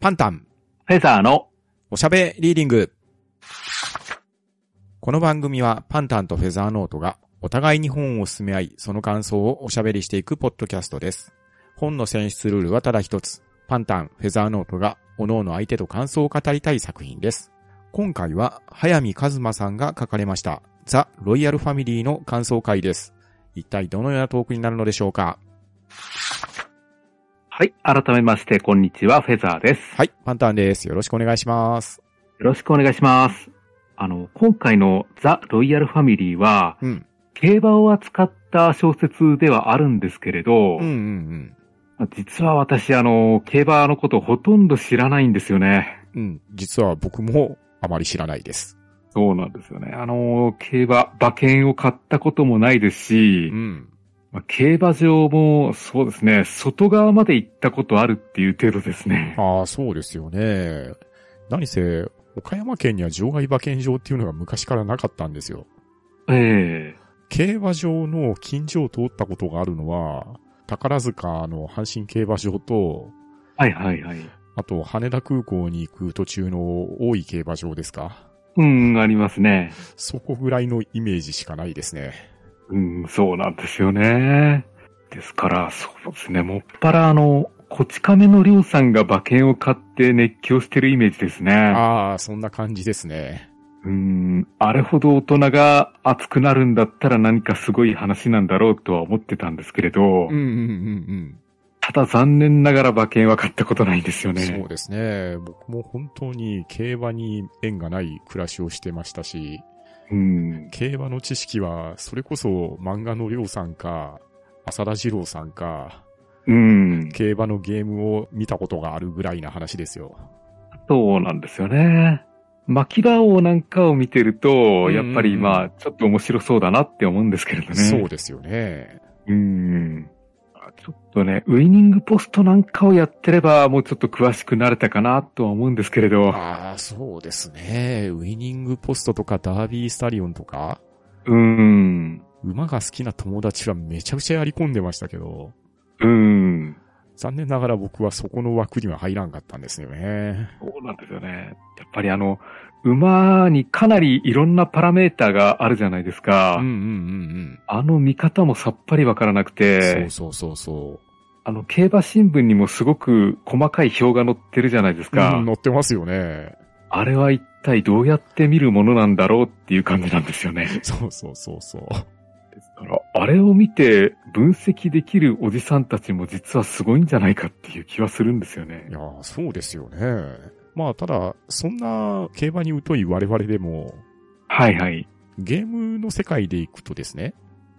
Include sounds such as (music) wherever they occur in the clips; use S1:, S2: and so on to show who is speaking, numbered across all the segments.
S1: パンタン、
S2: フェザーの、
S1: おしゃべリーディング。この番組はパンタンとフェザーノートがお互いに本を進め合い、その感想をおしゃべりしていくポッドキャストです。本の選出ルールはただ一つ。パンタン、フェザーノートが各々相手と感想を語りたい作品です。今回は、早見和馬さんが書かれました、ザ・ロイヤルファミリーの感想会です。一体どのようなトークになるのでしょうか
S2: はい、改めまして、こんにちは、フェザーです。よ
S1: はい、パンタンです。よろしくお願いします。
S2: ろしくお願いします。あの、今回のザ・ロイヤルファミリーは、
S1: うん。
S2: 競馬を扱った小説ではあるんですけれど、
S1: うんうんうん。
S2: 実は私、あの、競馬のことほとんど知らないんですよね。
S1: うん、実は僕もあまり知らないです。
S2: そうなんですよね。あの、競馬、馬券を買ったこともないですし、
S1: ん。
S2: まあ競馬場も、そうですね、外側まで行ったことあるっていう程度ですね。
S1: ああ、そうですよね。何せ、岡山県には場外馬券場っていうのが昔からなかったんですよ。
S2: ええ
S1: 競馬場の近所を通ったことがあるのは、宝塚の阪神競馬場と、
S2: はいはいはい。
S1: あと羽田空港に行く途中の大井競馬場ですか。
S2: うん、ありますね。
S1: そこぐらいのイメージしかないですね。
S2: うん、そうなんですよね。ですから、そうですね。もっぱらあの、こち亀のりょうさんが馬券を買って熱狂してるイメージですね。
S1: ああ、そんな感じですね。
S2: うん、あれほど大人が熱くなるんだったら何かすごい話なんだろうとは思ってたんですけれど
S1: うん、うんうんうん。
S2: ただ残念ながら馬券は買ったことないんですよ
S1: そ
S2: ね
S1: う。ですね。僕も本当に競馬に縁がない暮らしをしてましたし、
S2: うん、
S1: 競馬の知識はそれこそ漫画のりょうさんか、浅田二郎さんか、
S2: うん、
S1: 競馬のゲームを見たことがあるぐらいな話ですよ。
S2: そうなんですよね。巻き場王なんかを見てると、
S1: ん
S2: やっぱりまあ、ちょっと面白そうだなって思うんですけれどね。
S1: そうですよね。
S2: うーん。あちょっとね、ウイニングポストなんかをやってれば、もうちょっと詳しくなれたかなとは思うんですけれど。
S1: ああ、そうですね。ウィニングポストとかダービースタリオンとか、
S2: うーん。
S1: 馬が好きな友達はめちゃくちゃやり込んでましたけど、
S2: うーん。
S1: 残念ながら僕はそこの枠には入らんかったんですよね。
S2: そうなんですよね。やっぱりあの、馬にかなりいろんなパラメーターがあるじゃないですか。
S1: うんうんうんうん。
S2: あの見方もさっぱりわからなく
S1: そ
S2: て
S1: う、そうそうそ
S2: あの、競馬新聞にもすごく細かい表が載ってるじゃないです
S1: う。
S2: か。
S1: うん乗ってますよね。
S2: あれは一体どうやって見るものなんだろうっていう感じなんですよね。
S1: そうそうそうそう。
S2: ですから、あれを見て分析できるおじさんたちも実はすごいんじゃないかっていう気はするんですよね
S1: い。やーそうですよね。まあ、ただ、そんな競馬に疎い我々でも、
S2: はいはい。
S1: ゲームの世界で行くとですね、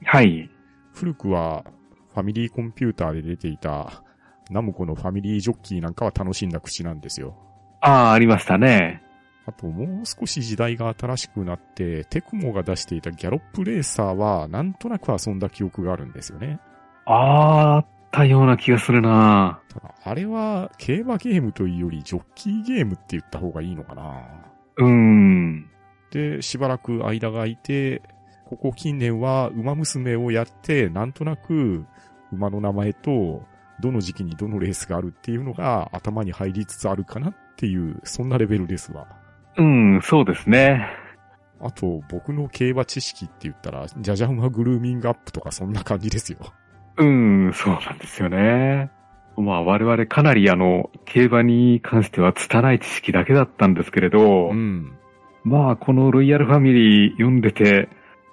S2: はい。
S1: 古くはファミリーコンピューターで出ていた、ナムコのファミリージョッキーなんかは楽しんだ口なんですよ。
S2: ああ、ありましたね。
S1: あともう少し時代が新しくなって、テクモが出していたギャロップレーサーはなんとなく遊んだ記憶があるんですよね。
S2: ああ、あったような気がするな
S1: ただ、あれは競馬ゲームというよりジョッキーゲームって言った方がいいのかな。
S2: うーん。
S1: で、しばらく間が空いて、ここ近年は馬娘をやって、なんとなく馬の名前と、どの時期にどのレースがあるっていうのが頭に入りつつあるかなっていう、そんなレベルですわ。
S2: うん、そうですね。
S1: あと、僕の競馬知識って言ったら、ジャジャ馬グルーミングアップとかそんな感じですよ。
S2: うん、そうなんですよね。まあ我々かなりあの、競馬に関しては拙い知識だけだったんですけれど、
S1: ん。
S2: まあこのロイヤルファミリー読んでて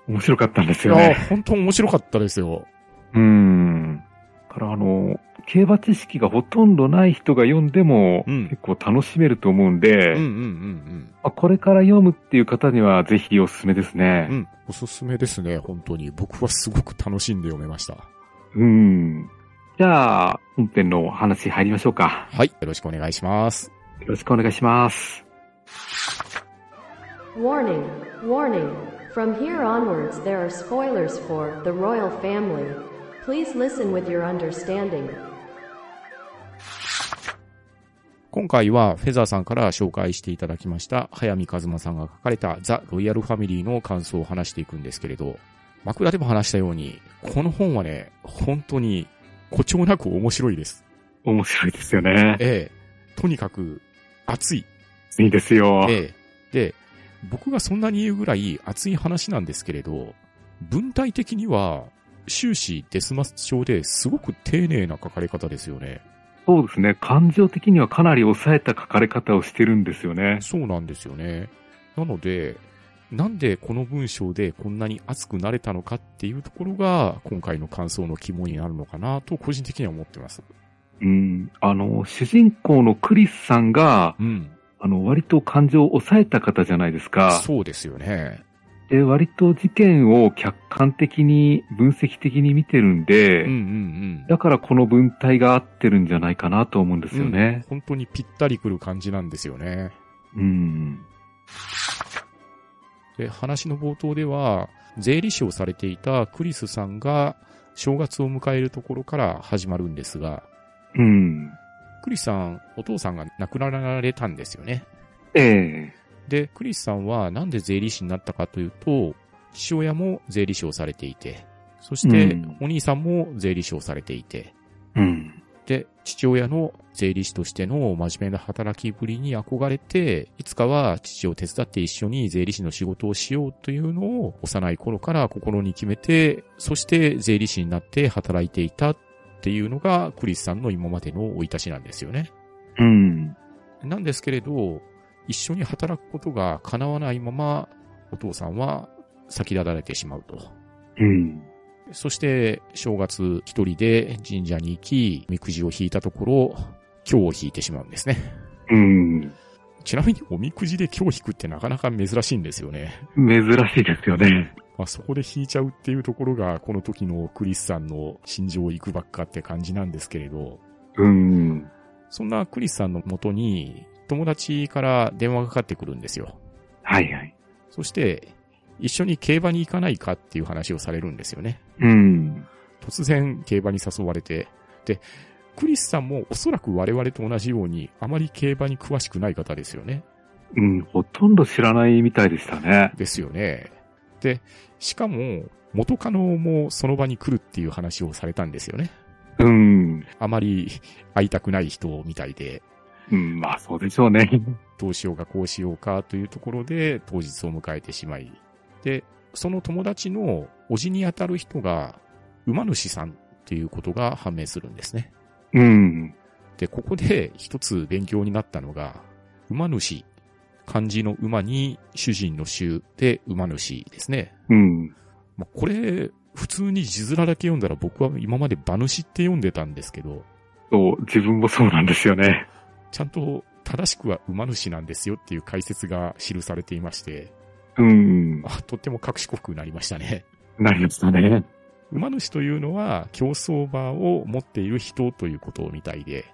S2: 面白かったんです
S1: い
S2: よね
S1: や。、本当面白かったですよ。
S2: うーん。だからあの、競馬知識がほとんどない人が読んでも、
S1: うん
S2: 結構楽しめると思うんで、
S1: うんうんう
S2: ま
S1: ん
S2: あ、これから読むっていう方にはぜひおすすめです
S1: うん。う
S2: ね。
S1: ん。おすすめですね、本当に。僕はすごく楽しんで読めました。
S2: うん。じゃあ、本編のお話入りましょうか。
S1: はい。よろしくお願いします。
S2: よろしくお願いします。
S3: Warning, warning. From here onwards, there are spoilers for the royal family. Please listen with your understanding.
S1: 今回はフェザーさんから紹介していただきました、早見和馬さんが書かれたザ・ロイヤルファミリーの感想を話していくんですけれど、枕でも話したように、この本はね、本当に誇張なく面白いです。
S2: 面白いですよね。
S1: ええ。とにかく熱い。
S2: いいですよ。
S1: で、で、僕がそんなに言うぐらい熱い話なんですけれど、文体的には終始デスマス調ですごく丁寧な書かれ方ですよね。
S2: そうですね。感情的にはかなり抑えた書かれ方をしてるんですよね。
S1: そうなんですよね。なので、なんでこの文章でこんなに熱くなれたのかっていうところが、今回の感想の肝になるのかなと個人的には思ってます。
S2: うん。あの、主人公のクリスさんが、
S1: うん。
S2: あの、割と感情を抑えた方じゃないですか。
S1: そうですよね。
S2: で、割と事件を客観的に、分析的に見てるんで、
S1: うんうんうん。
S2: だからこの文体が合ってるんじゃないかなと思うんですよね。
S1: 本当にぴったりくる感じなんですよね。
S2: うん。
S1: で、話の冒頭では、税理士をされていたクリスさんが正月を迎えるところから始まるんですが、
S2: うん。
S1: クリスさん、お父さんが亡くなられたんですよね。
S2: ええ
S1: で、クリスさんはなんで税理士になったかというと、父親も税理士をされていて、そして
S2: うん
S1: お兄さんも税理士をされていて、
S2: うん。
S1: で、父親の税理士としての真面目な働きぶりに憧れて、いつかは父を手伝って一緒に税理士の仕事をしようというのを幼い頃から心に決めて、そして税理士になって働いていたっていうのがクリスさんの今までの生い立ちなんですよね。
S2: うん。
S1: なんですけれど、一緒に働くことが叶わないまま、お父さんは先立たれてしまうと。
S2: うん。
S1: そして、正月一人で神社に行き、みくじを引いたところ、今日を引いてしまうんですね。
S2: うん。
S1: ちなみに、おみくじで今日引くってなかなか珍しいんですよね。
S2: 珍しいですよね。
S1: まあ、そこで引いちゃうっていうところが、この時のクリスさんの心情を行くばっかって感じなんですけれど、
S2: うん。
S1: そんなクリスさんの元に、友達から電話がかかってくるんですよ。
S2: はいはい。
S1: そして、一緒に競馬に行かないかっていう話をされるんですよね。
S2: うん。
S1: 突然競馬に誘われて。で、クリスさんもおそらく我々と同じように、あまり競馬に詳しくない方ですよね。
S2: うん。ほとんど知らないみたいでしたね。
S1: ですよね。で、しかも、元カノもその場に来るっていう話をされたんですよね。
S2: うん。
S1: あまり会いたくない人みたいで、
S2: うん。まあそうでしょうね。
S1: どうしようかこうしようかというところで当日を迎えてしまい。で、その友達のおじにあたる人が馬主さんっていうことが判明するんですね。
S2: うん。
S1: で、ここで一つ勉強になったのが、馬主、漢字の馬に主人の衆で馬主ですね。
S2: うん。
S1: まあ、これ、普通に字面だけ読んだら僕は今まで馬主って読んでたんですけど、
S2: そう、自分もそうなんですよね。
S1: ちゃんと正しくは馬主なんですよっていう解説が記されていまして、
S2: うん。
S1: あとっても隠し濃くなりましたね。
S2: なりましたね。
S1: 馬主というのは競走馬を持っている人ということみたいで、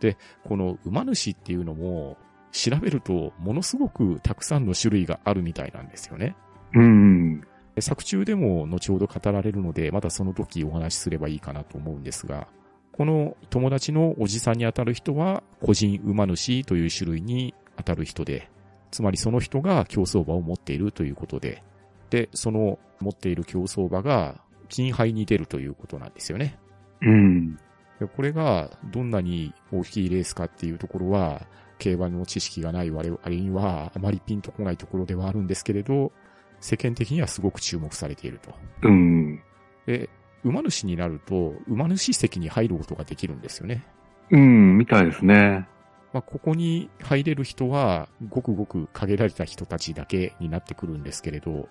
S1: で、この馬主っていうのも調べるとものすごくたくさんの種類があるみたいなんですよね。
S2: うん。
S1: で作中でも後ほど語られるので、またその時お話しすればいいかなと思うんですが、この友達のおじさんにあたる人は個人馬主という種類にあたる人で、つまりその人が競走馬を持っているということで、で、その持っている競走馬が金杯に出るということなんですよね。
S2: うん。
S1: でこれがどんなに大きいレースかっていうところは、競馬の知識がない我々にはあまりピンとこないところではあるんですけれど、世間的にはすごく注目されていると。
S2: うん。
S1: で、馬主になると、馬主席に入ることができるんですよね。
S2: うん、みたいですね。
S1: まあ、ここに入れる人は、ごくごく限られた人たちだけになってくるんですけれど、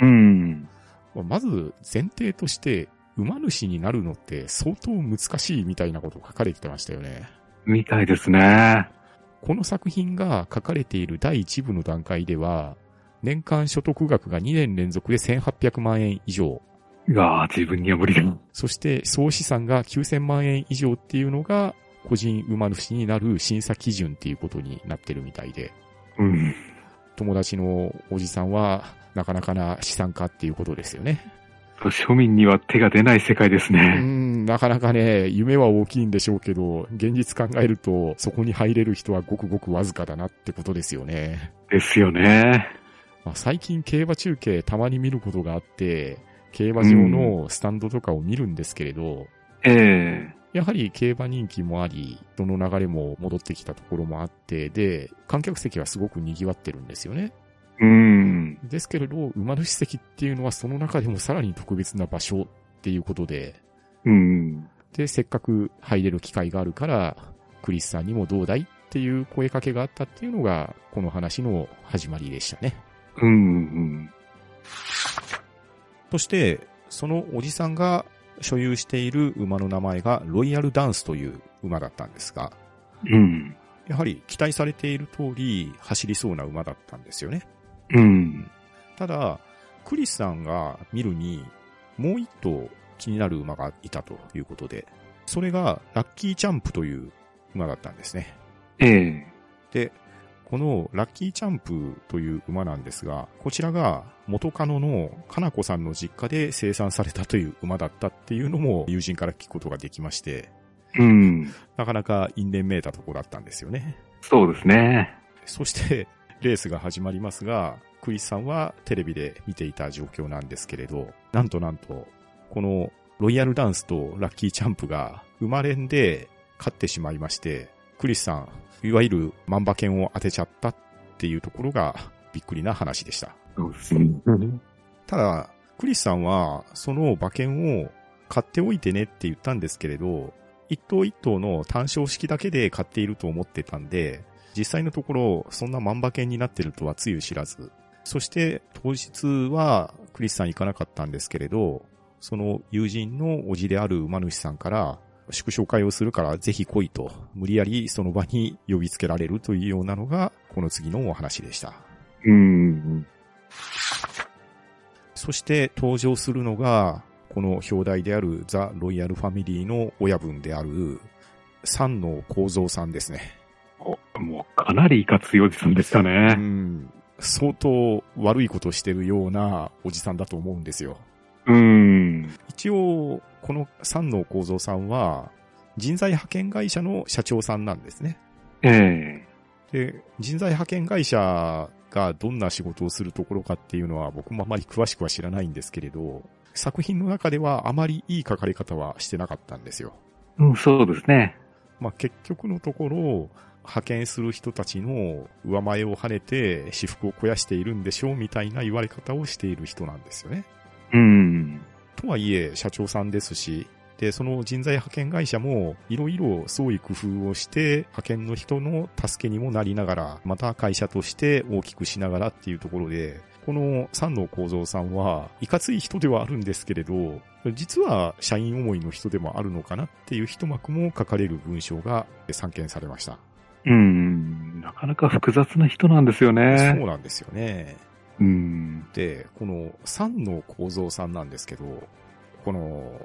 S2: うん。
S1: まあまず前提として、馬主になるのって相当難しいみたいなこと書かれてましたよね。
S2: みたいですね。
S1: この作品が書かれている第1部の段階では、年間所得額が2年連続で1800万円以上、
S2: いやー、自分には無理だ。
S1: そして総資産が9000万円以上っていうのが、個人馬主になる審査基準っていうことになってるみたいで、
S2: うん。
S1: 友達のおじさんは、なかなかな資産家っていうことですよね。
S2: 庶民には手が出ない世界です
S1: うー
S2: ね。
S1: ん、なかなかね、夢は大きいんでしょうけど、現実考えると、そこに入れる人はごくごくわずかだなってことですよね。
S2: ですよね。
S1: まあ、最近競馬中継たまに見ることがあって、競馬場のスタンドとかを見るんですけれど、
S2: ええ
S1: やはり競馬人気もあり、人の流れも戻ってきたところもあって、で、観客席はすごく賑わってるんですよね。
S2: うん。
S1: ですけれど、馬主席っていうのはその中でもさらに特別な場所っていうことで、
S2: うん。
S1: で、せっかく入れる機会があるから、クリスさんにもどうだいっていう声かけがあったっていうのが、この話の始まりでしたね。
S2: うん。
S1: そして、そのおじさんが所有している馬の名前がロイヤルダンスという馬だったんですが、
S2: うん。
S1: やはり期待されている通り走りそうな馬だったんですよね。
S2: うん。
S1: ただ、クリスさんが見るに、もう一頭気になる馬がいたということで、それがラッキーチャンプという馬だったんですね。
S2: ええ。
S1: で、このラッキーチャンプという馬なんですが、こちらが元カノのかなこさんの実家で生産されたという馬だったっていうのも友人から聞くことができまして、
S2: うん。
S1: なかなか因縁めいたとこだったんですよね。
S2: そうですね。
S1: そして、 (laughs) レースが始まりますが、クリスさんはテレビで見ていた状況なんですけれど、なんとなんと、このロイヤルダンスとラッキーチャンプが馬連で勝ってしまいまして、クリスさん、いわゆる万馬券を当てちゃったっていうところがびっくりな話でした。
S2: そうですね。
S1: ただ、クリスさんはその馬券を買っておいてねって言ったんですけれど、一頭一頭の単勝式だけで買っていると思ってたんで、実際のところ、そんな万馬券になってるとはつゆ知らず。そして、当日は、クリスさん行かなかったんですけれど、その友人のおじである馬主さんから、祝勝会をするからぜひ来いと、無理やりその場に呼びつけられるというようなのが、この次のお話でした。
S2: うん。
S1: そして登場するのが、この表題であるザ・ロイヤルファミリーの親分である、三野幸三さんですね。
S2: おもうかなりいかついおじさんでした
S1: う
S2: ね。
S1: ん。相当悪いことしてるようなおじさんだと思うんですよ。
S2: うん。
S1: 一応、この三野幸三さんは、人材派遣会社の社長さんなんですね。
S2: ええ。
S1: で、人材派遣会社がどんな仕事をするところかっていうのは僕もあまり詳しくは知らないんですけれど、作品の中ではあまりいい書かれ方はしてなかったんですよ。
S2: うん、そうですね。
S1: まあ、結局のところ、派遣する人たちの上前を跳ねて私服を肥やしているんでしょうみたいな言われ方をしている人なんですよね。
S2: うん。
S1: とはいえ、社長さんですし、で、その人材派遣会社も、いろいろ創意工夫をして、派遣の人の助けにもなりながら、また会社として大きくしながらっていうところで、この三野幸三さんは、いかつい人ではあるんですけれど、実は社員思いの人でもあるのかなっていう一幕も書かれる文章が散見されました。
S2: うん。なかなか複雑な人なんですよ
S1: そう
S2: ね。
S1: なんですよね。
S2: うん。
S1: で、この三野幸三さんなんですけど、この、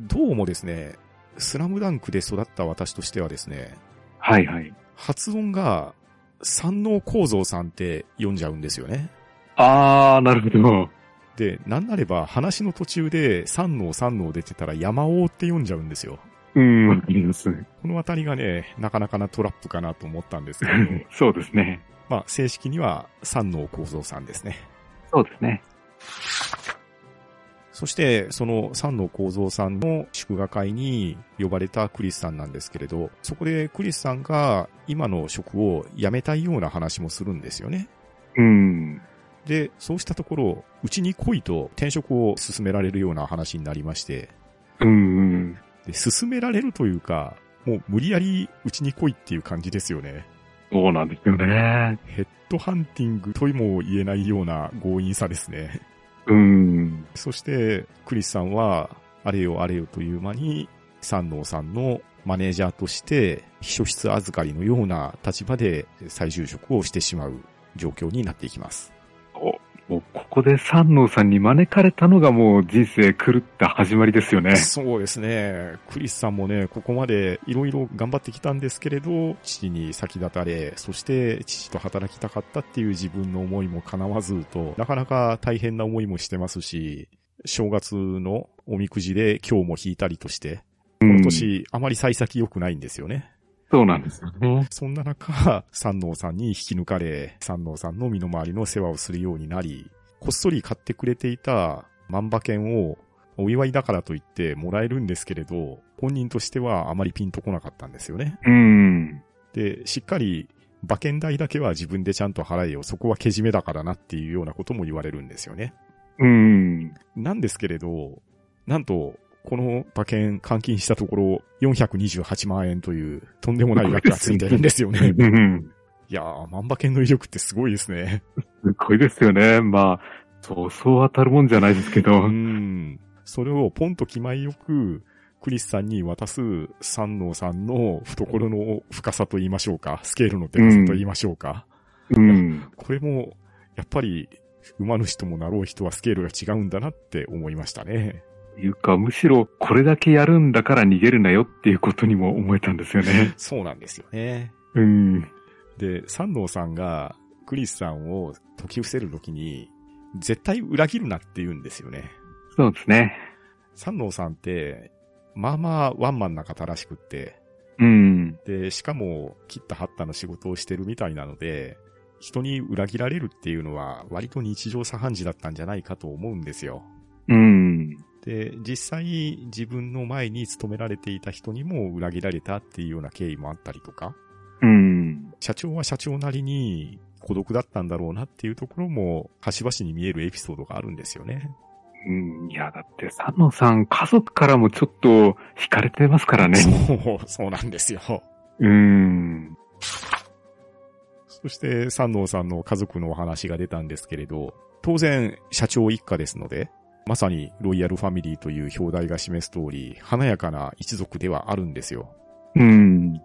S1: どうもですね、スラムダンクで育った私としてはですね、
S2: はいはい。
S1: 発音が三能幸三さんって読んじゃうんですよね。
S2: あー、なるほど。
S1: で、なんなれば話の途中で三能三能出てたら山王って読んじゃうんですよ。
S2: うん、わかります。
S1: このあたりがね、なかなかなトラップかなと思ったんですけど、
S2: そうですね。
S1: まあ正式には三能幸三さんですね。
S2: そうですね。
S1: そして、その三野幸三さんの祝賀会に呼ばれたクリスさんなんですけれど、そこでクリスさんが今の職を辞めたいような話もするんですよね。
S2: うん。
S1: で、そうしたところ、うちに来いと転職を勧められるような話になりまして、
S2: うん。
S1: で勧められるというか、もう無理やりうちに来いっていう感じですよね。
S2: そうなんですよね。
S1: ヘッドハンティングとも言えないような強引さですね。
S2: うん。
S1: そして、クリスさんは、あれよあれよという間に、三能さんのマネージャーとして、秘書室預かりのような立場で再就職をしてしまう状況になっていきます。
S2: おもうここで三能さんに招かれたのがもう人生狂った始まりですよね。
S1: そうですね。クリスさんもね、ここまでいろいろ頑張ってきたんですけれど、父に先立たれ、そして父と働きたかったっていう自分の思いも叶わずと、なかなか大変な思いもしてますし、正月のおみくじで今日も引いたりとして、
S2: 今
S1: 今。年、あまり幸先良くないんですよね。
S2: そうなんですよね。
S1: そんな中、三能さんに引き抜かれ、三能さんの身の回りの世話をするようになり、こっそり買ってくれていた万馬券をお祝いだからといってもらえるんですけれど、本人としてはあまりピンとこなかったんですよね。
S2: うん。
S1: で、しっかり馬券代だけは自分でちゃんと払えよ、そこはけじめだからなっていうようなことも言われるんですよね。
S2: うん。
S1: なんですけれど、なんと、この馬券換金したところ、428万円という、とんでもない額がついてるんですよね。
S2: うん。
S1: いやー、万馬券の威力ってすごいですね。
S2: すごいですよね。まあ、そうそう当たるもんじゃないですけ
S1: う
S2: ど。
S1: ん。それをポンと気前よく、クリスさんに渡す三能さんの懐の深さと言いましょうか、スケールのでかさと言いましょうか。
S2: うん。
S1: これも、やっぱり、馬主ともなろう人はスケールが違うんだなって思いましたね。
S2: いうか、むしろこれだけやるんだから逃げるなよっていうことにも思えたんです
S1: (laughs)
S2: よね。
S1: そうなんですよね。
S2: うん。
S1: で、三能さんが、クリスさんを解き伏せるときに、絶対裏切るなって言うんですよね。
S2: そうですね。
S1: 三能さんって、まあまあワンマンな方らしくって、
S2: うん。
S1: で、しかも、切った張ったの仕事をしてるみたいなので、人に裏切られるっていうのは、割と日常茶飯事だったんじゃないかと思うんですよ。
S2: うん。
S1: で、実際自分の前に勤められていた人にも裏切られたっていうような経緯もあったりとか、
S2: うん。
S1: 社長は社長なりに孤独だったんだろうなっていうところも、端々に見えるエピソードがあるんですよね。
S2: うん。いや、だって、佐野さん、家族からもちょっと惹かれてますからね。
S1: そう、そうなんですよ。
S2: うん。
S1: そして、三能さんの家族のお話が出たんですけれど、当然、社長一家ですので、まさにロイヤルファミリーという表題が示す通り、華やかな一族ではあるんですよ。
S2: うん。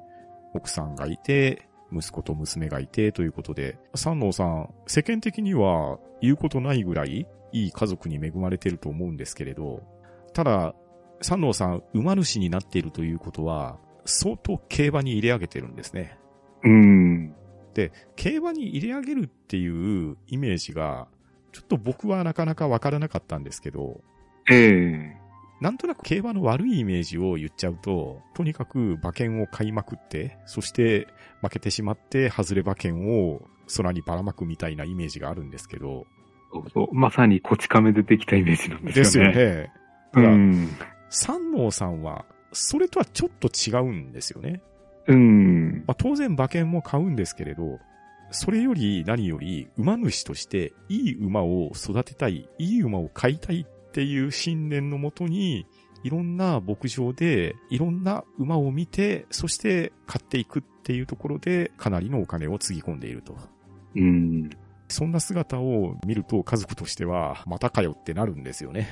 S1: 奥さんがいて、息子と娘がいてということで、三能さん、世間的には言うことないぐらいいい家族に恵まれてると思うんですけれど、ただ、三能さん、馬主になっているということは、相当競馬に入れ上げてるんですね。
S2: うん。
S1: 競馬に入れ上げるっていうイメージが、ちょっと僕はなかなかわからなかったんですけど、
S2: ええ
S1: なんとなく競馬の悪いイメージを言っちゃうと、とにかく馬券を買いまくって、そして負けてしまって外れ馬券を空にばらまくみたいなイメージがあるんですけど。
S2: そうそう。まさにこち亀出てきたイメージなんですよ
S1: で
S2: ね。
S1: すよ。ね。
S2: う
S1: ただ
S2: ん。
S1: 三能さんは、それとはちょっと違うんですよね。
S2: うん。
S1: まあ、当然馬券も買うんですけれど、それより何より馬主としていい馬を育てたい、いい馬を飼いたいっていう信念のもとに、いろんな牧場でいろんな馬を見て、そして買っていくっていうところでかなりのお金をつぎ込んでいると。
S2: うん。
S1: そんな姿を見ると家族としてはまたかよってなるんですよね。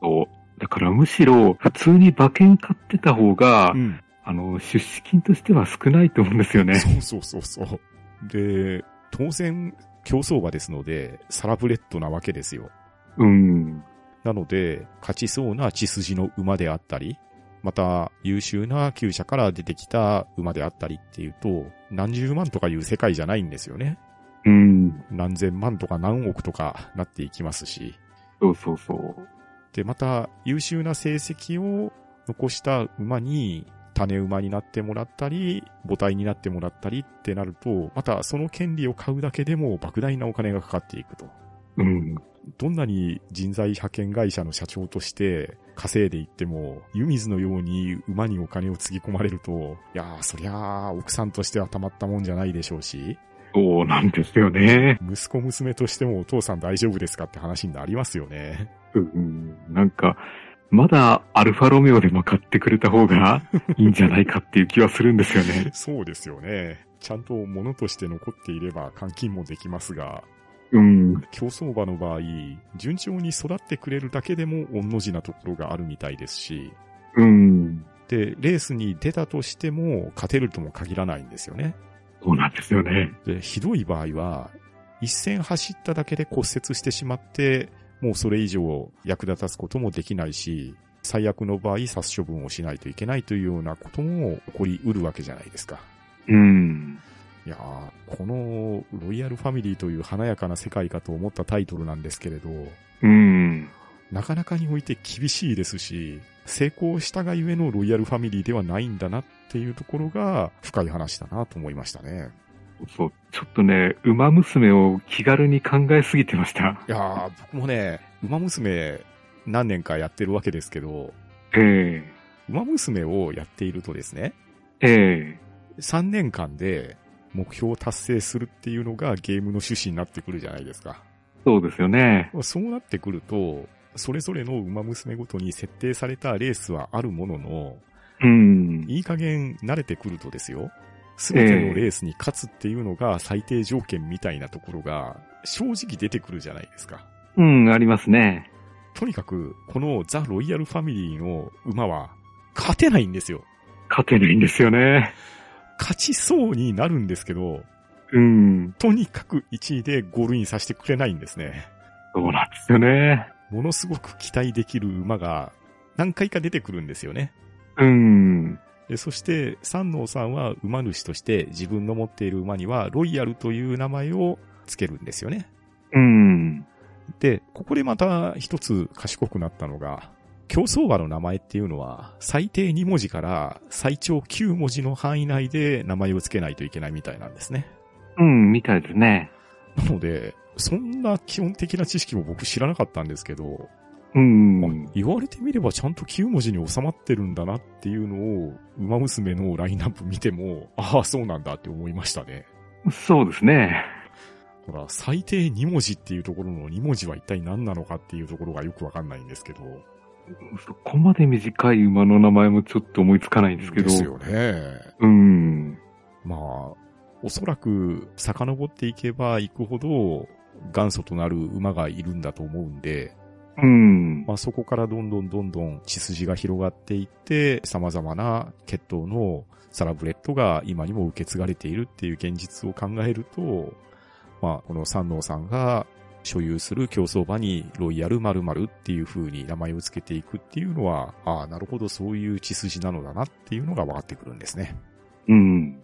S2: そう。だからむしろ、普通に馬券買ってた方が、
S1: ん。
S2: あの、出資金としては少ないと思うんですよね。
S1: (laughs) そうそうそうそう。で、当然競走馬ですのでサラブレッドなわけですよ。
S2: うん。
S1: なので、勝ちそうな血筋の馬であったり、また優秀な厩舎から出てきた馬であったりっていうと、何十万とかいう世界じゃないんですよね。
S2: うん。
S1: 何千万とか何億とかなっていきますし。
S2: そうそうそう。
S1: で、また優秀な成績を残した馬に、種馬になってもらったり、母体になってもらったりってなると、またその権利を買うだけでも莫大なお金がかかっていくと。
S2: うん。
S1: どんなに人材派遣会社の社長として稼いでいっても、湯水のように馬にお金をつぎ込まれると、いやー、そりゃあ、奥さんとしてはたまったもんじゃないでしょうし、
S2: そうなんですよね。
S1: 息子娘としてもお父さん大丈夫ですかって話になりますよね。。
S2: うん。なんか、まだアルファロメオでも買ってくれた方がいいんじゃないかっていう気はするんですよね
S1: そうですよね。ちゃんと物として残っていれば換金もできますが、
S2: うん。
S1: 競走馬の場合、順調に育ってくれるだけでも御の字なところがあるみたいですし、
S2: うん。
S1: で、レースに出たとしても勝てるとも限らないんですよね。
S2: そうなんですよね。
S1: で、ひどい場合は、一戦走っただけで骨折してしまって、もうそれ以上役立たすこともできないし、最悪の場合殺処分をしないといけないというようなことも起こりうるわけじゃないですか。
S2: うん。
S1: いやー、このロイヤルファミリーという華やかな世界かと思ったタイトルなんですけれど、
S2: うん。
S1: なかなかにおいて厳しいですし、成功したがゆえのロイヤルファミリーではないんだなっていうところが深い話だなと思いましたね。
S2: そう。ちょっとね、馬娘を気軽に考えすぎてました。
S1: いやー、僕もね、馬娘、何年かやってるわけですけど、
S2: え
S1: 馬娘をやっているとですね、
S2: ええ
S1: 3年間で目標を達成するっていうのがゲームの趣旨になってくるじゃないですか。
S2: えそうですよね。
S1: そうなってくると、それぞれの馬娘ごとに設定されたレースはあるものの、
S2: うん。
S1: いい加減慣れてくるとですよ、すべてのレースに勝つっていうのが最低条件みたいなところが正直出てくるじゃないですか。
S2: うん、ありますね。
S1: とにかく、このザ・ロイヤルファミリーの馬は勝てないんですよ。
S2: 勝てないんですよね。
S1: 勝ちそうになるんですけど、
S2: うん。
S1: とにかく1位でゴールインさせてくれないんですね。
S2: そうなんですよね。
S1: ものすごく期待できる馬が何回か出てくるんですよね。
S2: うん。
S1: でそして、三能さんは馬主として自分の持っている馬にはロイヤルという名前を付けるんですよね。
S2: うん。
S1: で、ここでまた一つ賢くなったのが、競走馬の名前っていうのは最低2文字から最長9文字の範囲内で名前を付けないといけないみたいなんですね。
S2: うん、みたいですね。
S1: なので、そんな基本的な知識も僕知らなかったんですけど、
S2: うん。
S1: 言われてみればちゃんと9文字に収まってるんだなっていうのを、馬娘のラインナップ見ても、ああ、そうなんだって思いましたね。
S2: そうですね。
S1: ほら、最低2文字っていうところの2文字は一体何なのかっていうところがよくわかんないんですけど。
S2: そこまで短い馬の名前もちょっと思いつかないんですけど。
S1: ですよね。
S2: うん。
S1: まあ、おそらく遡っていけば行くほど元祖となる馬がいるんだと思うんで、
S2: うん。
S1: まあそこからどんどんどんどん血筋が広がっていって、様々な血統のサラブレッドが今にも受け継がれているっていう現実を考えると、まあこの三能さんが所有する競走馬にロイヤル〇〇っていう風に名前を付けていくっていうのは、ああ、なるほどそういう血筋なのだなっていうのが分かってくるんですね。
S2: うん。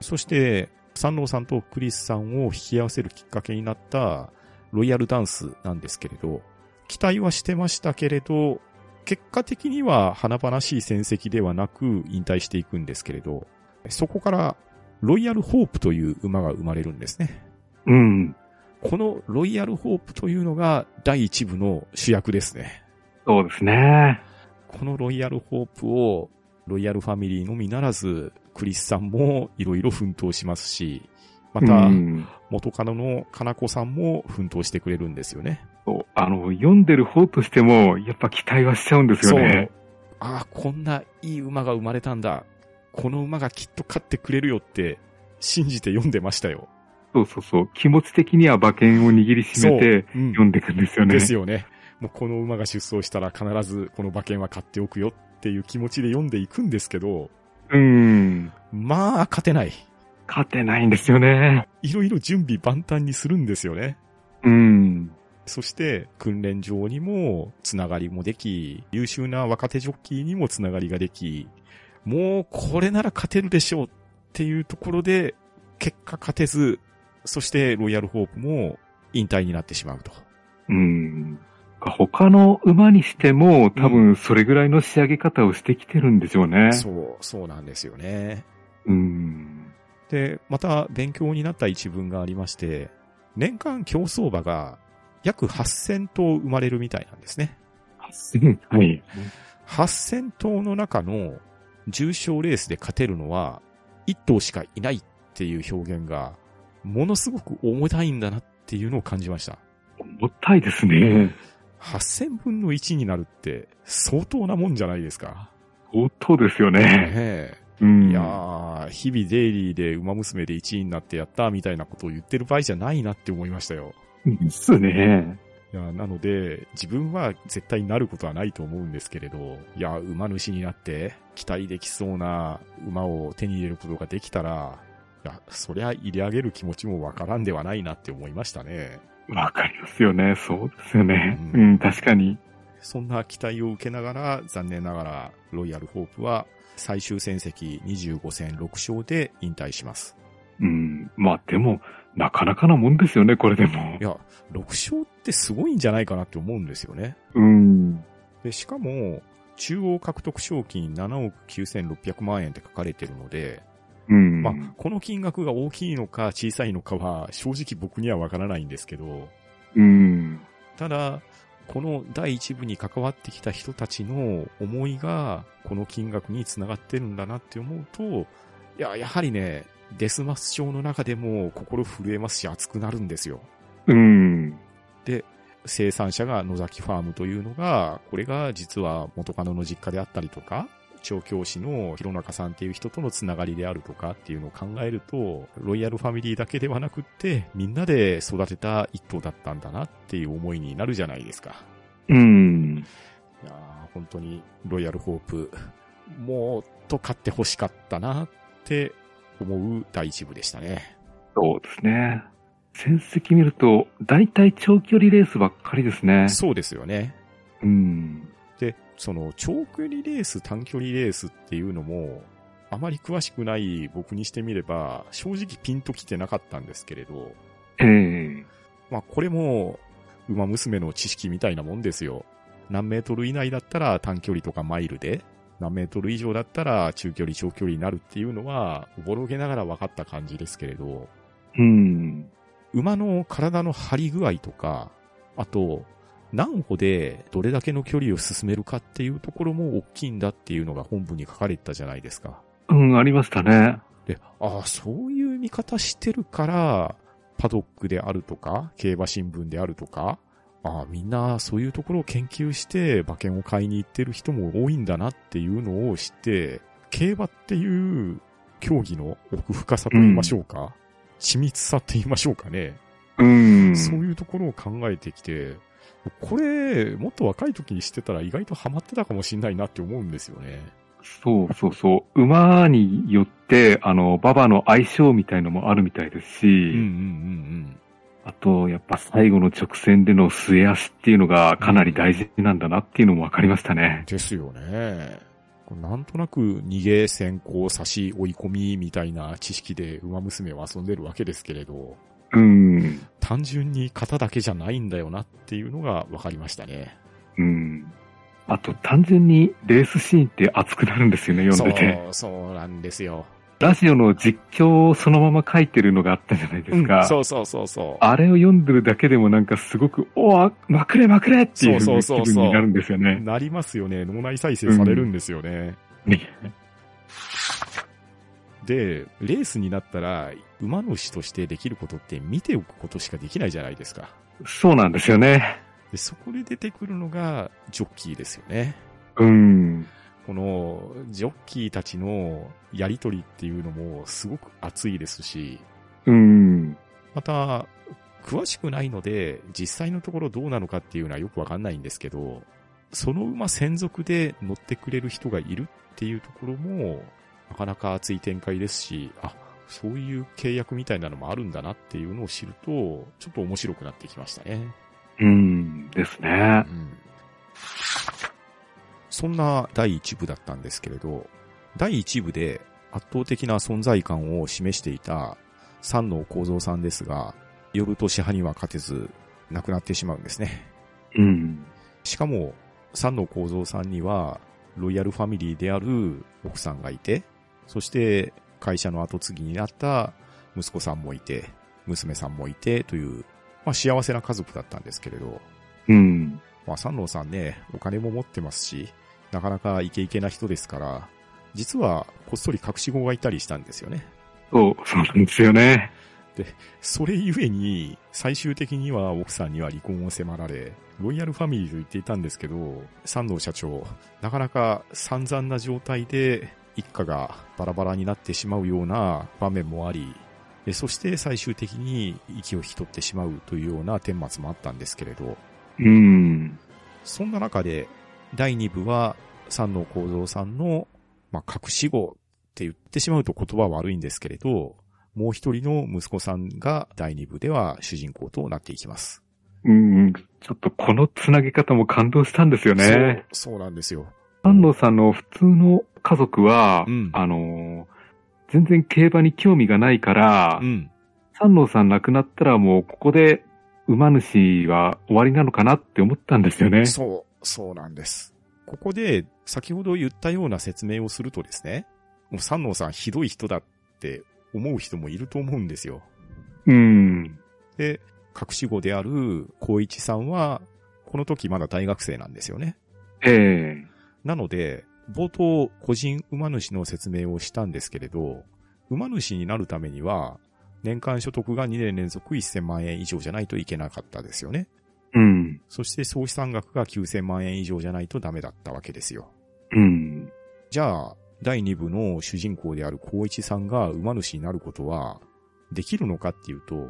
S1: そして、三郎さんとクリスさんを引き合わせるきっかけになったロイヤルダンスなんですけれど、期待はしてましたけれど、結果的には華々しい戦績ではなく引退していくんですけれど、そこからロイヤルホープという馬が生まれるんですね。
S2: うん。
S1: このロイヤルホープというのが第一部の主役ですね。
S2: そうですね。
S1: このロイヤルホープをロイヤルファミリーのみならず、クリスさんもいろいろ奮闘しますし、また、
S2: うん
S1: 元カノのかなこさんも奮闘してくれるんですよね。
S2: そうあの、読んでる方としても、やっぱ期待はしちゃうんですよね。
S1: ああ、こんないい馬が生まれたんだ。この馬がきっと勝ってくれるよって信じて読んでましたよ。
S2: そうそうそう。気持ち的には馬券を握りしめて
S1: うん
S2: 読んでいくんですよね。
S1: ですよね。もうこの馬が出走したら必ずこの馬券は買っておくよっていう気持ちで読んでいくんですけど、
S2: うん。
S1: まあ勝てない。
S2: 勝てないんですよね。
S1: いろいろ準備万端にするんですよね。
S2: うん。
S1: そして、訓練場にもつながりもでき、優秀な若手ジョッキーにもつながりができ、もうこれなら勝てるでしょうっていうところで、結果勝てず、そしてロイヤルホープも引退になってしまうと。
S2: うん。他の馬にしても、多分それぐらいの仕上げ方をしてきてるんでしょうね。
S1: そう、そうなんですよね。
S2: うん。
S1: で、また勉強になった一文がありまして、年間競走馬が約8000頭生まれるみたいなんですね。
S2: はい。
S1: 8000頭の中の重賞レースで勝てるのは1頭しかいないっていう表現がものすごく重たいんだなっていうのを感じました。
S2: もったいですね。
S1: 8000分の1になるって相当なもんじゃないですか。
S2: 相当ですよ
S1: ね
S2: ね。
S1: え
S2: うん。
S1: いやー、日々デイリーで馬娘で1位になってやったみたいなことを言ってる場合じゃないなって思いましたよ。
S2: ですね。
S1: いや、なので、自分は絶対になることはないと思うんですけれど、いや、馬主になって、期待できそうな馬を手に入れることができたら、いや、そりゃ入れ上げる気持ちもわからんではないなって思いましたね。
S2: わかりますよね。そうですよね。
S1: う
S2: うんん、確かに。
S1: そんな期待を受けながら、残念ながら、ロイヤルホープは、最終戦績25戦6勝で引退します。
S2: うん。まあでも、なかなかなもんですよね、これでも
S1: い。や、6勝ってすごいんじゃないかなって思うんですよね。
S2: うん。
S1: で、しかも、中央獲得賞金7億9600万円って書かれてるので、
S2: うん。
S1: まあ、この金額が大きいのか小さいのかは正直僕にはわからないんですけど、
S2: うん。
S1: ただ、この第一部に関わってきた人たちの思いが、この金額につながってるんだなって思うと、いや、やはりね、デスマス症の中でも心震えますし熱くなるんですよ。
S2: うん。
S1: 生産者が野崎ファームというのが、これが実は元カノの実家であったりとか、調教師の広中さんっていう人とのつながりであるとかっていうのを考えると、ロイヤルファミリーだけではなくって、みんなで育てた一頭だったんだなっていう思いになるじゃないですか。
S2: うん。
S1: いやー本当にロイヤルホープ、もっと勝ってほしかったなって思う第一部でしたね。
S2: そうですね。戦績見ると、大体長距離レースばっかりですね。
S1: そうですよね。
S2: うん。
S1: で、その長距離レース、短距離レースっていうのも、あまり詳しくない僕にしてみれば、正直ピンときてなかったんですけれど、
S2: ええ
S1: まあこれも、馬娘の知識みたいなもんですよ。何メートル以内だったら短距離とかマイルで、何メートル以上だったら中距離、長距離になるっていうのは、おぼろげながら分かった感じですけれど、
S2: うん。
S1: 馬の体の張り具合とか、あと、何歩でどれだけの距離を進めるかっていうところも大きいんだっていうのが本文に書かれてたじゃないですか。
S2: うん、ありましたね。
S1: で、ああ、そういう見方してるから、パドックであるとか、競馬新聞であるとか、ああ、みんなそういうところを研究して馬券を買いに行ってる人も多いんだなっていうのを知って、競馬っていう競技の奥深さと言いましょうか、緻密さって言いましょうかね。
S2: うん。
S1: そういうところを考えてきて、これ、もっと若い時にしてたら意外とハマってたかもしんないなって思うんですよね。
S2: そうそうそう。馬によって、あの、馬場の相性みたいのもあるみたいですし、
S1: うんうんうん
S2: あと、やっぱ最後の直線での末足っていうのがかなり大事なんだなっていうのも分かりました
S1: うん。
S2: ね。
S1: ですよね。こうなんとなく逃げ、先行、差し、追い込みみたいな知識で馬娘は遊んでるわけですけれど、
S2: うん。
S1: 単純に型だけじゃないんだよなっていうのが分かりましたね。
S2: うん。あと、単純にレースシーンって熱くなるんですよね、
S1: そ
S2: 読んでて。
S1: う、そうなんですよ。
S2: ラジオの実況をそのまま書いてるのがあったじゃないですか。
S1: そうそうそうそう。
S2: あれを読んでるだけでもなんかすごく、おあ、まくれまくれっていう気
S1: そうそうそうそう
S2: 分になるんですよね。
S1: なりますよね。脳内再生されるんですよね。
S2: ね
S1: で、レースになったら、馬主としてできることって見ておくことしかできないじゃないですか。
S2: そうなんですよね。
S1: で、そこで出てくるのが、ジョッキーですよね。
S2: うん。
S1: この、ジョッキーたちのやりとりっていうのもすごく熱いですし、
S2: うん。
S1: また、詳しくないので、実際のところどうなのかっていうのはよくわかんないんですけど、その馬専属で乗ってくれる人がいるっていうところも、なかなか熱い展開ですし、あ、そういう契約みたいなのもあるんだなっていうのを知ると、ちょっと面白くなってきましたね。
S2: うん。ですね。
S1: そんな第1部だったんですけれど、第1部で圧倒的な存在感を示していた三能幸三さんですが、夜年派には勝てず亡くなってしまうんですね。
S2: うん。
S1: しかも、三能幸三さんには、ロイヤルファミリーである奥さんがいて、そして会社の後継ぎになった息子さんもいて、娘さんもいてという、まあ幸せな家族だったんですけれど、
S2: うん。
S1: まあ、三郎さんね、お金も持ってますし、なかなかイケイケな人ですから、実はこっそり隠し子がいたりしたんですよね。
S2: そう、そうなんですよね。
S1: それゆえに、最終的には奥さんには離婚を迫られ、ロイヤルファミリーと言っていたんですけど、三郎社長、なかなか散々な状態で一家がバラバラになってしまうような場面もあり、えそして最終的に息を引き取ってしまうというような顛末もあったんですけれど、
S2: うん。
S1: そんな中で、第2部は、三能幸三さんの、まあ、隠し子って言ってしまうと言葉は悪いんですけれど、もう一人の息子さんが第2部では主人公となっていきます。
S2: うん。ちょっとこのつなげ方も感動したんですよね。
S1: そう。そうなんですよ。
S2: 安野さんの普通の家族は、
S1: うん
S2: あのー全然競馬に興味がないから、
S1: うん。
S2: 三郎さん亡くなったらもうここで馬主は終わりなのかなって思ったんですよね。
S1: そう、そうなんです。ここで、先ほど言ったような説明をするとですね、もう三能さんひどい人だって思う人もいると思うんですよ。
S2: うん。
S1: で、隠し子である光一さんは、この時まだ大学生なんですよね。
S2: え
S1: なので、冒頭、個人馬主の説明をしたんですけれど、馬主になるためには、年間所得が2年連続1000万円以上じゃないといけなかったですよね。
S2: えうん。
S1: そして総資産額が9000万円以上じゃないとダメだったわけですよ。
S2: うん。
S1: じゃあ、第2部の主人公である光一さんが馬主になることは、できるのかっていうと、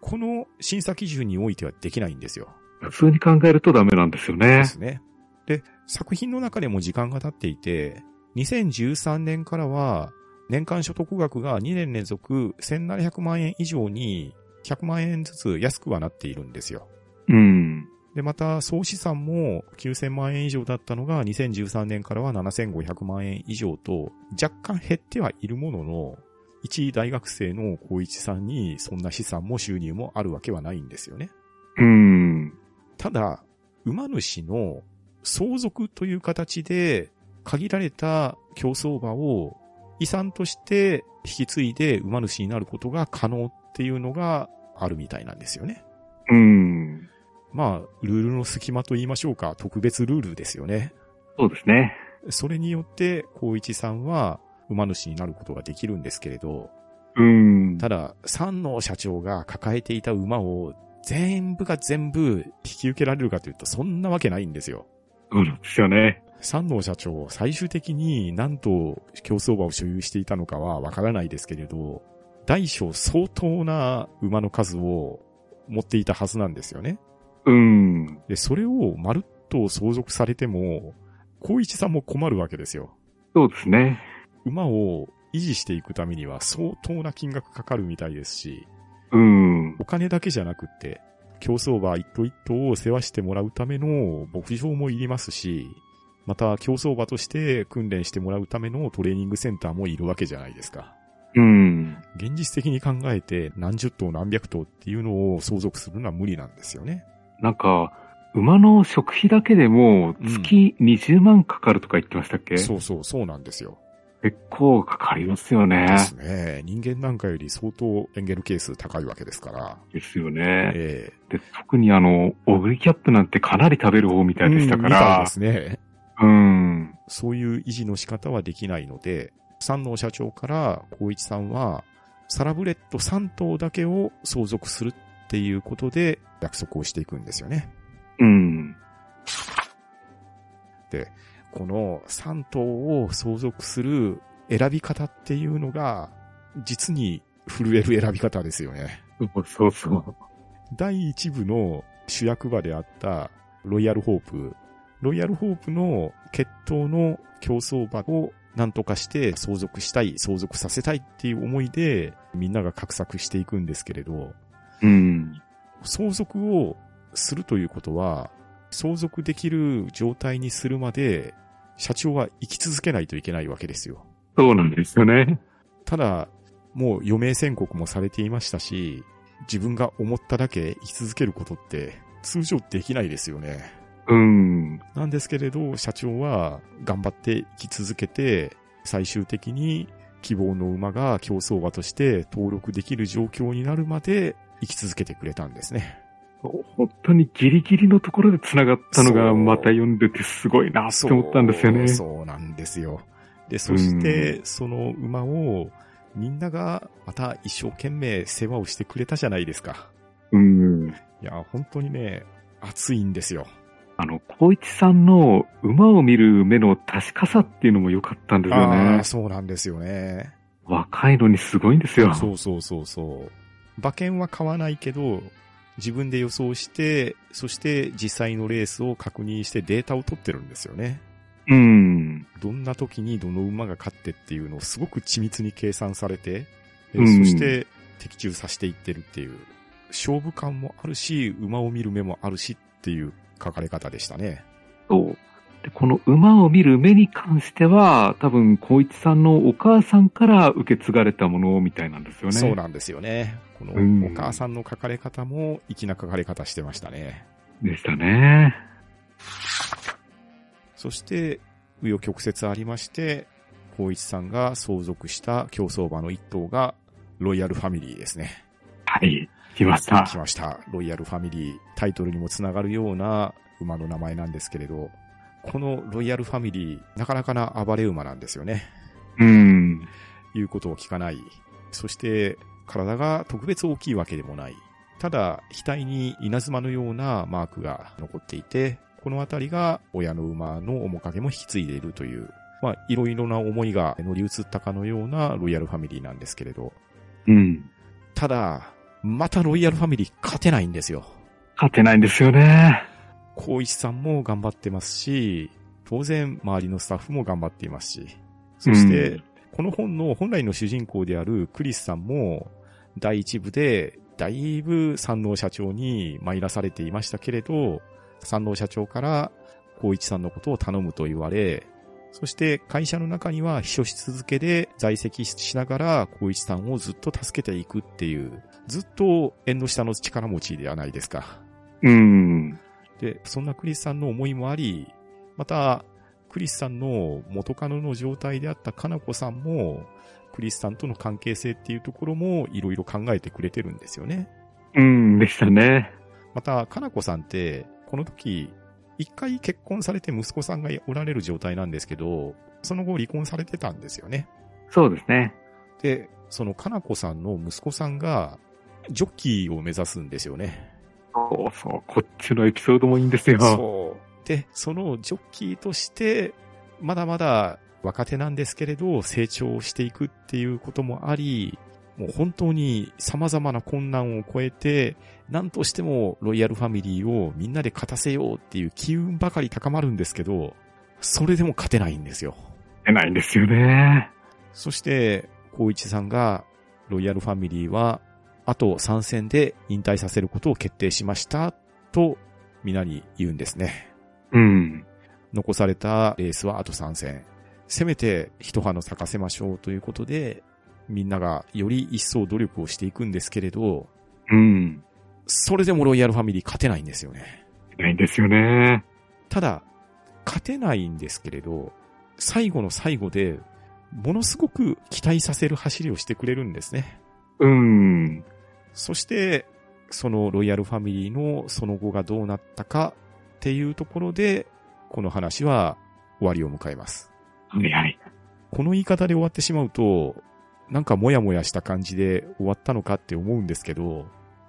S1: この審査基準においてはできないんですよ。
S2: 普通に考えるとダメなんですよね
S1: で。すね。で、作品の中でも時間が経っていて、2013年からは、年間所得額が2年連続1700万円以上に100万円ずつ安くはなっているんですよ。
S2: うん。
S1: で、また、総資産も9000万円以上だったのが、2013年からは7500万円以上と、若干減ってはいるものの、一大学生の高一さんに、そんな資産も収入もあるわけはないんですよね。
S2: うん。
S1: ただ、馬主の相続という形で、限られた競走馬を遺産として引き継いで馬主になることが可能っていうのがあるみたいなんですよね。
S2: うん。
S1: まあ、ルールの隙間と言いましょうか、特別ルールですよね。
S2: そうですね。
S1: それによって、光一さんは馬主になることができるんですけれど、
S2: うん。
S1: ただ、三の社長が抱えていた馬を全部が全部引き受けられるかというと、そんなわけないんですよ。
S2: そうなんですよね。
S1: 三能社長、最終的に何と競走馬を所有していたのかはわからないですけれど、大小相当な馬の数を持っていたはずなんですよね。
S2: うん。
S1: で、それをまるっと相続されても、光一さんも困るわけですよ。
S2: そうですね。
S1: 馬を維持していくためには相当な金額かかるみたいですし、
S2: うん。
S1: お金だけじゃなくって、競走馬一頭一頭を世話してもらうための牧場もいりますし、また競走馬として訓練してもらうためのトレーニングセンターもいるわけじゃないですか。
S2: うん。
S1: 現実的に考えて何十頭何百頭っていうのを相続するのは無理なんですよね。
S2: なんか、馬の食費だけでも月20万かかるとか言ってましたっけ、
S1: そうそう、そうなんですよ。
S2: 結構かかりますよね。
S1: ですね。人間なんかより相当エンゲル係数高いわけですから。
S2: ですよね。
S1: ええ
S2: で特にあの、オグリキャップなんてかなり食べる方みたいでしたか
S1: うんみたい
S2: ら
S1: で。すね。
S2: うん。
S1: そういう維持の仕方はできないので、三能社長から光一さんは、サラブレッド3頭だけを相続するっていうことで約束をしていくんですよね。
S2: うん。
S1: この3頭を相続する選び方っていうのが、実に震える選び方ですよね。
S2: そうそう。
S1: 第1部の主役馬であったロイヤルホープ。ロイヤルホープの決闘の競走馬を何とかして相続したい、相続させたいっていう思いでみんなが画策していくんですけれど、
S2: うん。
S1: 相続をするということは、相続できる状態にするまで社長は生き続けないといけないわけですよ。
S2: そうなんですよね。
S1: ただ、もう余命宣告もされていましたし、自分が思っただけ生き続けることって通常できないですよね。
S2: うん。
S1: なんですけれど、社長は頑張って生き続けて、最終的に希望の馬が競走馬として登録できる状況になるまで生き続けてくれたんですね。
S2: 本当にギリギリのところで繋がったの
S1: そ
S2: が
S1: う
S2: また読んでてすごいなって思ったんですよね。
S1: そうそうなんですよ。で、そして、その馬をみんながまた一生懸命世話をしてくれたじゃないですか。
S2: うん。
S1: いや、本当にね、熱いんですよ。
S2: あの、光一さんの馬を見る目の確かさっていうのも良かったんですよ
S1: あ
S2: ね
S1: あ、。そうなんですよね。
S2: 若いのにすごいんですよ。
S1: そうそうそうそう。馬券は買わないけど、自分で予想して、そして実際のレースを確認してデータを取ってるんですよね。
S2: うん。
S1: どんな時にどの馬が勝ってっていうのをすごく緻密に計算されて、え
S2: うん
S1: そして的中させていってるっていう、勝負感もあるし、馬を見る目もあるしっていう書かれ方でしたね。
S2: そう。で、この馬を見る目に関しては、多分、光一さんのお母さんから受け継がれたものみたいなんですよね。
S1: そうなんですよね。こ
S2: うん
S1: のお母さんの書かれ方も粋な書かれ方してましたね。
S2: でしたね。
S1: そして、紆余曲折ありまして、光一さんが相続した競走馬の一頭が、ロイヤルファミリーですね。
S2: はい。来ました。
S1: 来ました。ロイヤルファミリー、タイトルにもつながるような馬の名前なんですけれど、このロイヤルファミリー、なかなかな暴れ馬なんですよね。
S2: うん。
S1: いうことを聞かない。そして、体が特別大きいわけでもない。ただ、額に稲妻のようなマークが残っていて、このあたりが親の馬の面影も引き継いでいるという、まあ、いろいろな思いが乗り移ったかのようなロイヤルファミリーなんですけれど、
S2: うん。
S1: ただ、またロイヤルファミリー勝てないんですよ。
S2: 勝てないんですよね。
S1: 光一さんも頑張ってますし、当然周りのスタッフも頑張っていますし、そして、
S2: うん
S1: この本の本来の主人公であるクリスさんも、第一部で、だいぶ山王社長に参らされていましたけれど、山王社長から光一さんのことを頼むと言われ、そして会社の中には秘書し続けで在籍しながら光一さんをずっと助けていくっていう、ずっと縁の下の力持ちではないですか。
S2: うん。
S1: で、そんなクリスさんの思いもあり、また、クリスさんの元カノの状態であったかなこさんも、クリスさんとの関係性っていうところもいろいろ考えてくれてるんですよね。
S2: うん、でしたね。
S1: また、かなこさんって、この時、一回結婚されて息子さんがおられる状態なんですけど、その後離婚されてたんですよね。
S2: そうですね。
S1: で、そのかなこさんの息子さんが、ジョッキーを目指すんですよね。
S2: そうそう。こっちのエピソードもいいんですよ。
S1: そう。で、そのジョッキーとして、まだまだ若手なんですけれど、成長していくっていうこともあり、もう本当に様々な困難を超えて、何としてもロイヤルファミリーをみんなで勝たせようっていう機運ばかり高まるんですけど、それでも勝てないんですよ。
S2: 出ないんですよね。
S1: そして、光一さんが、ロイヤルファミリーは、あと3戦で引退させることを決定しました、と、皆に言うんですね。
S2: うん。
S1: 残されたレースはあと3戦。せめて一花咲かせましょうということで、みんながより一層努力をしていくんですけれど、
S2: うん。
S1: それでもロイヤルファミリー勝てないんですよね。
S2: 出ないんですよね。
S1: ただ、勝てないんですけれど、最後の最後で、ものすごく期待させる走りをしてくれるんですね。
S2: うん。
S1: そして、そのロイヤルファミリーのその後がどうなったかっていうところで、この話は終わりを迎えます。
S2: はいはい。
S1: この言い方で終わってしまうと、なんかもやもやした感じで終わったのかって思うんですけど、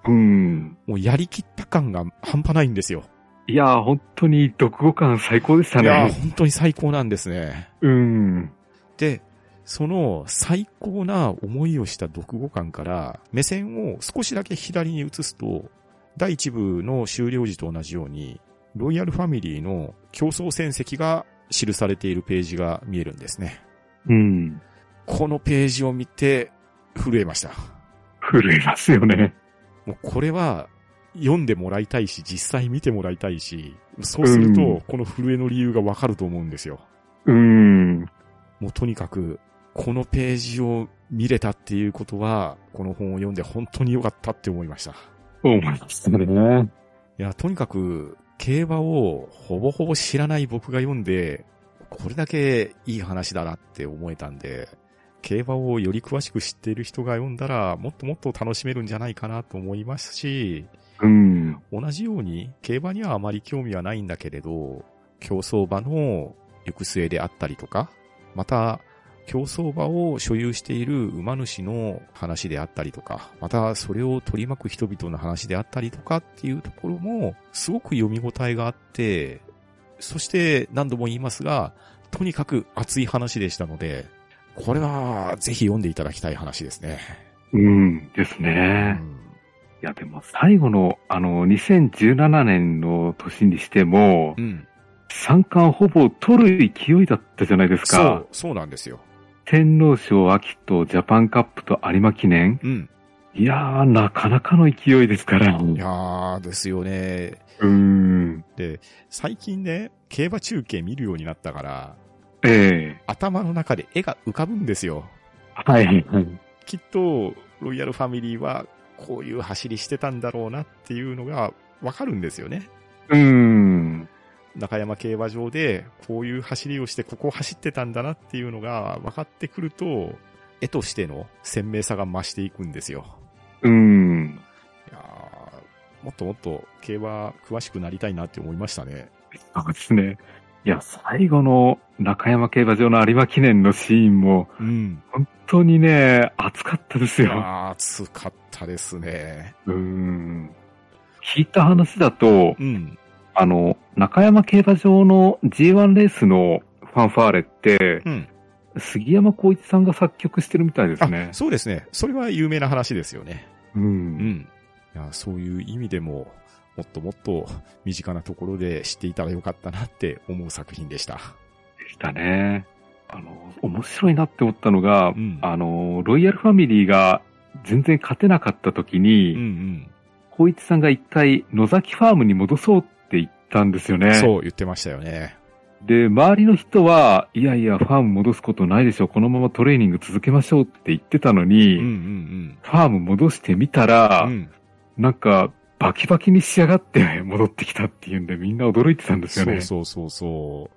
S2: うん。
S1: もうやりきった感が半端ないんですよ。
S2: いやー、本当に読後感最高でした
S1: いやー、
S2: ね。
S1: 本当に最高なんですね。
S2: うん。
S1: で、その最高な思いをした読後感から、目線を少しだけ左に移すと、第一部の終了時と同じように、ロイヤルファミリーの競争戦績が記されているページが見えるんですね。
S2: うん。
S1: このページを見て、震えました。
S2: 震えますよね。
S1: もうこれは読んでもらいたいし、実際見てもらいたいし、そうする
S2: うん
S1: と、この震えの理由がわかると思うんですよ。
S2: うん。
S1: もうとにかく、このページを見れたっていうことは、この本を読んで本当に良かったって思いました。い
S2: 思いましたね。
S1: や、とにかく、競馬をほぼほぼ知らない僕が読んで、これだけいい話だなって思えたんで、競馬をより詳しく知っている人が読んだら、もっともっと楽しめるんじゃないかなと思いますし、
S2: うん。
S1: 同じように競馬にはあまり興味はないんだけれど、競走馬の行く末であったりとか、また、競走馬を所有している馬主の話であったりとか、またそれを取り巻く人々の話であったりとかっていうところも、すごく読み応えがあって、そして何度も言いますが、とにかく熱い話でしたので、これはぜひ読んでいただきたい話ですね。
S2: うん。です
S1: う
S2: ね。
S1: ん
S2: いや、でも最後の、あの、2017年の年にしても、
S1: うん。
S2: 三冠ほぼ取る勢いだったじゃないです
S1: そ
S2: か
S1: う。、そうなんですよ。
S2: 天皇賞秋とジャパンカップと有馬記念。
S1: うん。
S2: いやー、なかなかの勢いですから。
S1: いやー、ですよね。
S2: うん。
S1: で、最近ね、競馬中継見るようになったから、
S2: ええ
S1: 頭の中で絵が浮かぶんですよ。
S2: はいはい。
S1: きっと、ロイヤルファミリーは、こういう走りしてたんだろうなっていうのがわかるんですよね。
S2: うん。
S1: 中山競馬場で、こういう走りをして、ここを走ってたんだなっていうのが分かってくると、絵としての鮮明さが増していくんですよ。
S2: うん。
S1: いやもっともっと競馬詳しくなりたいなって思いましたね。
S2: そうですね。いや、最後の中山競馬場の有馬記念のシーンも、
S1: うん。
S2: 本当にね、熱かったですよ。
S1: ああ、暑かったですね。
S2: うーん聞いた話だと、
S1: うん。
S2: あの、中山競馬場の G1 レースのファンファーレって、
S1: うん。
S2: 杉山浩一さんが作曲してるみたいです
S1: あ、
S2: ね。
S1: そうですね。それは有名な話ですよね。
S2: う。
S1: うんん。いや、そういう意味でも、もっともっと身近なところで知っていたらよかったなって思う作品でした。
S2: でしたね。あの、面白いなって思ったのが、
S1: うん
S2: あの、ロイヤルファミリーが全然勝てなかった時に、
S1: うんうん。
S2: 浩一さんが一回野崎ファームに戻そうって言ったんですよね。
S1: そう言ってましたよね。
S2: で、周りの人は、いやいや、ファーム戻すことないでしょう。このままトレーニング続けましょうって言ってたのに、
S1: うんうん
S2: ファーム戻してみた
S1: う
S2: ら、
S1: ん。うん。
S2: なんか、バキバキに仕上がって (laughs) 戻ってきたっていうんで、みんな驚いてたんですよ
S1: そう
S2: ね。
S1: そうそうそう。好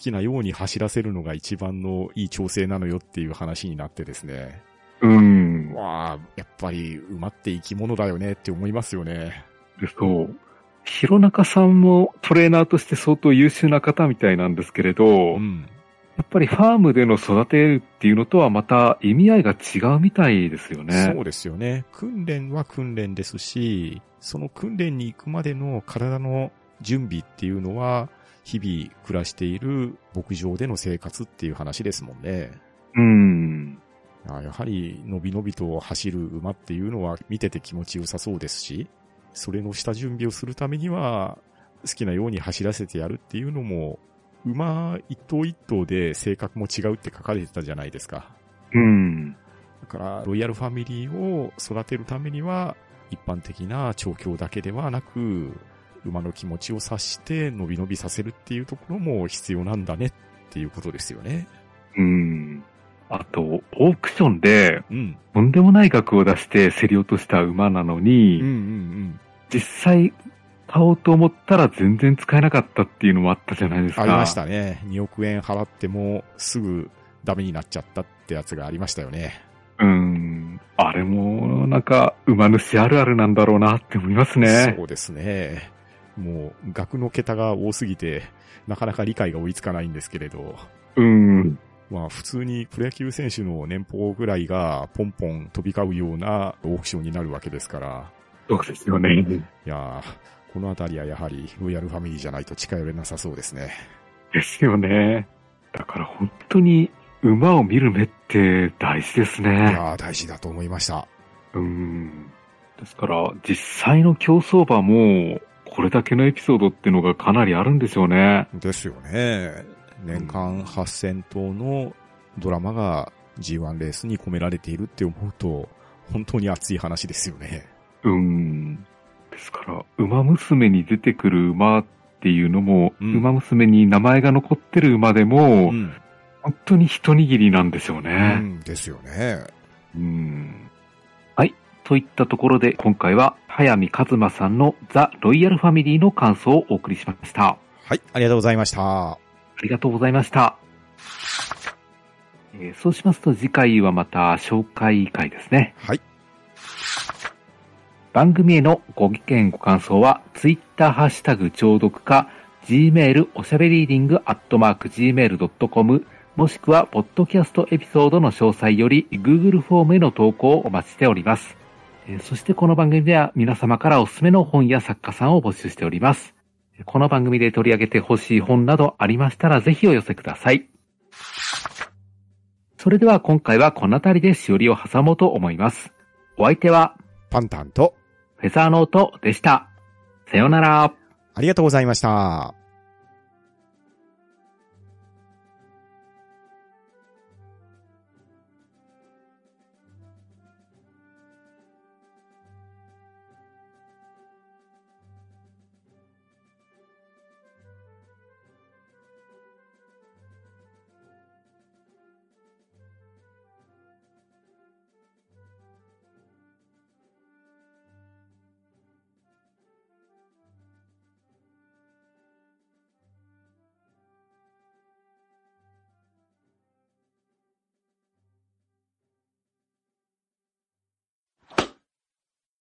S1: きなように走らせるのが一番のいい調整なのよっていう話になってですね。
S2: うん。
S1: わあ、やっぱり馬って生き物だよねって思いますよね。
S2: でそう。弘中さんもトレーナーとして相当優秀な方みたいなんですけれど、
S1: う
S2: や
S1: ん。
S2: っぱりファームでの育てるっていうのとはまた意味合いが違うみたいですよね。
S1: そうですよね。訓練は訓練ですし、その訓練に行くまでの体の準備っていうのは、日々暮らしている牧場での生活っていう話ですもんね。
S2: うん。
S1: あやはり、のびのびと走る馬っていうのは見てて気持ちよさそうですし、それの下準備をするためには、好きなように走らせてやるっていうのも、馬一頭一頭で性格も違うって書かれてたじゃないですか。
S2: うん。
S1: だから、ロイヤルファミリーを育てるためには、一般的な調教だけではなく、馬の気持ちを察して、伸び伸びさせるっていうところも必要なんだねっていうことですよね。
S2: うん。あと、オークションで、
S1: うん。
S2: とんでもない額を出して競り落とした馬なのに、
S1: うんうんうん。
S2: 実際買おうと思ったら全然使えなかったっていうのもあったじゃないですか。
S1: ありまし。たね。2億円払っても、すぐダメになっちゃったってやつがありましたよね。
S2: うん。あれも、なんか、馬主あるあるなんだろうなって思いますね。
S1: そうですね。もう、額の桁が多すぎて、なかなか理解が追いつかないんですけれど。
S2: うん。
S1: まあ普通にプロ野球選手の年俸ぐらいがポンポン飛び交うようなオークションになるわけですから、
S2: そうですよね。
S1: いやー、このあたりはやはりロイヤルファミリーじゃないと近寄れなさそうですね。
S2: ですよね。だから本当に、馬を見る目って大事です
S1: い
S2: ね。
S1: やー、大事だと思いました。
S2: うん。ですから、実際の競走馬も、これだけのエピソードっていうのがかなりあるんでしょうね。
S1: ですよね。年間8000頭のドラマが G1 レースに込められているって思うと、本当に熱い話ですよね。
S2: うん。ですから、馬娘に出てくる馬っていうのも、
S1: うん
S2: 馬娘に名前が残ってる馬でも、
S1: ん。
S2: 本当に一握りなんでしょう
S1: う
S2: ね。
S1: ん、ですよね。
S2: うん。はい。といったところで、今回は、早見和馬さんのザ・ロイヤルファミリーの感想をお送りしました。
S1: はい、ありがとうございました。
S2: ありがとうございました。えーそうしますと、次回はまた紹介会ですね。
S1: はい。
S2: 番組へのご意見ご感想は、ツイッターハッシュタグ聴読か、gmail おしゃべりーディングアットマーク gmail.com、もしくは、ポッドキャストエピソードの詳細より、Google フォームへの投稿をお待ちしております。えーそしてこの番組では皆様からおすすめの本や作家さんを募集しております。この番組で取り上げてほしい本などありましたらぜひお寄せください。それでは今回はこの辺りでしおりを挟もうと思います。お相手は、
S1: パンタンと、
S2: フェザーノートでした。さようなら。
S1: ありがとうございました。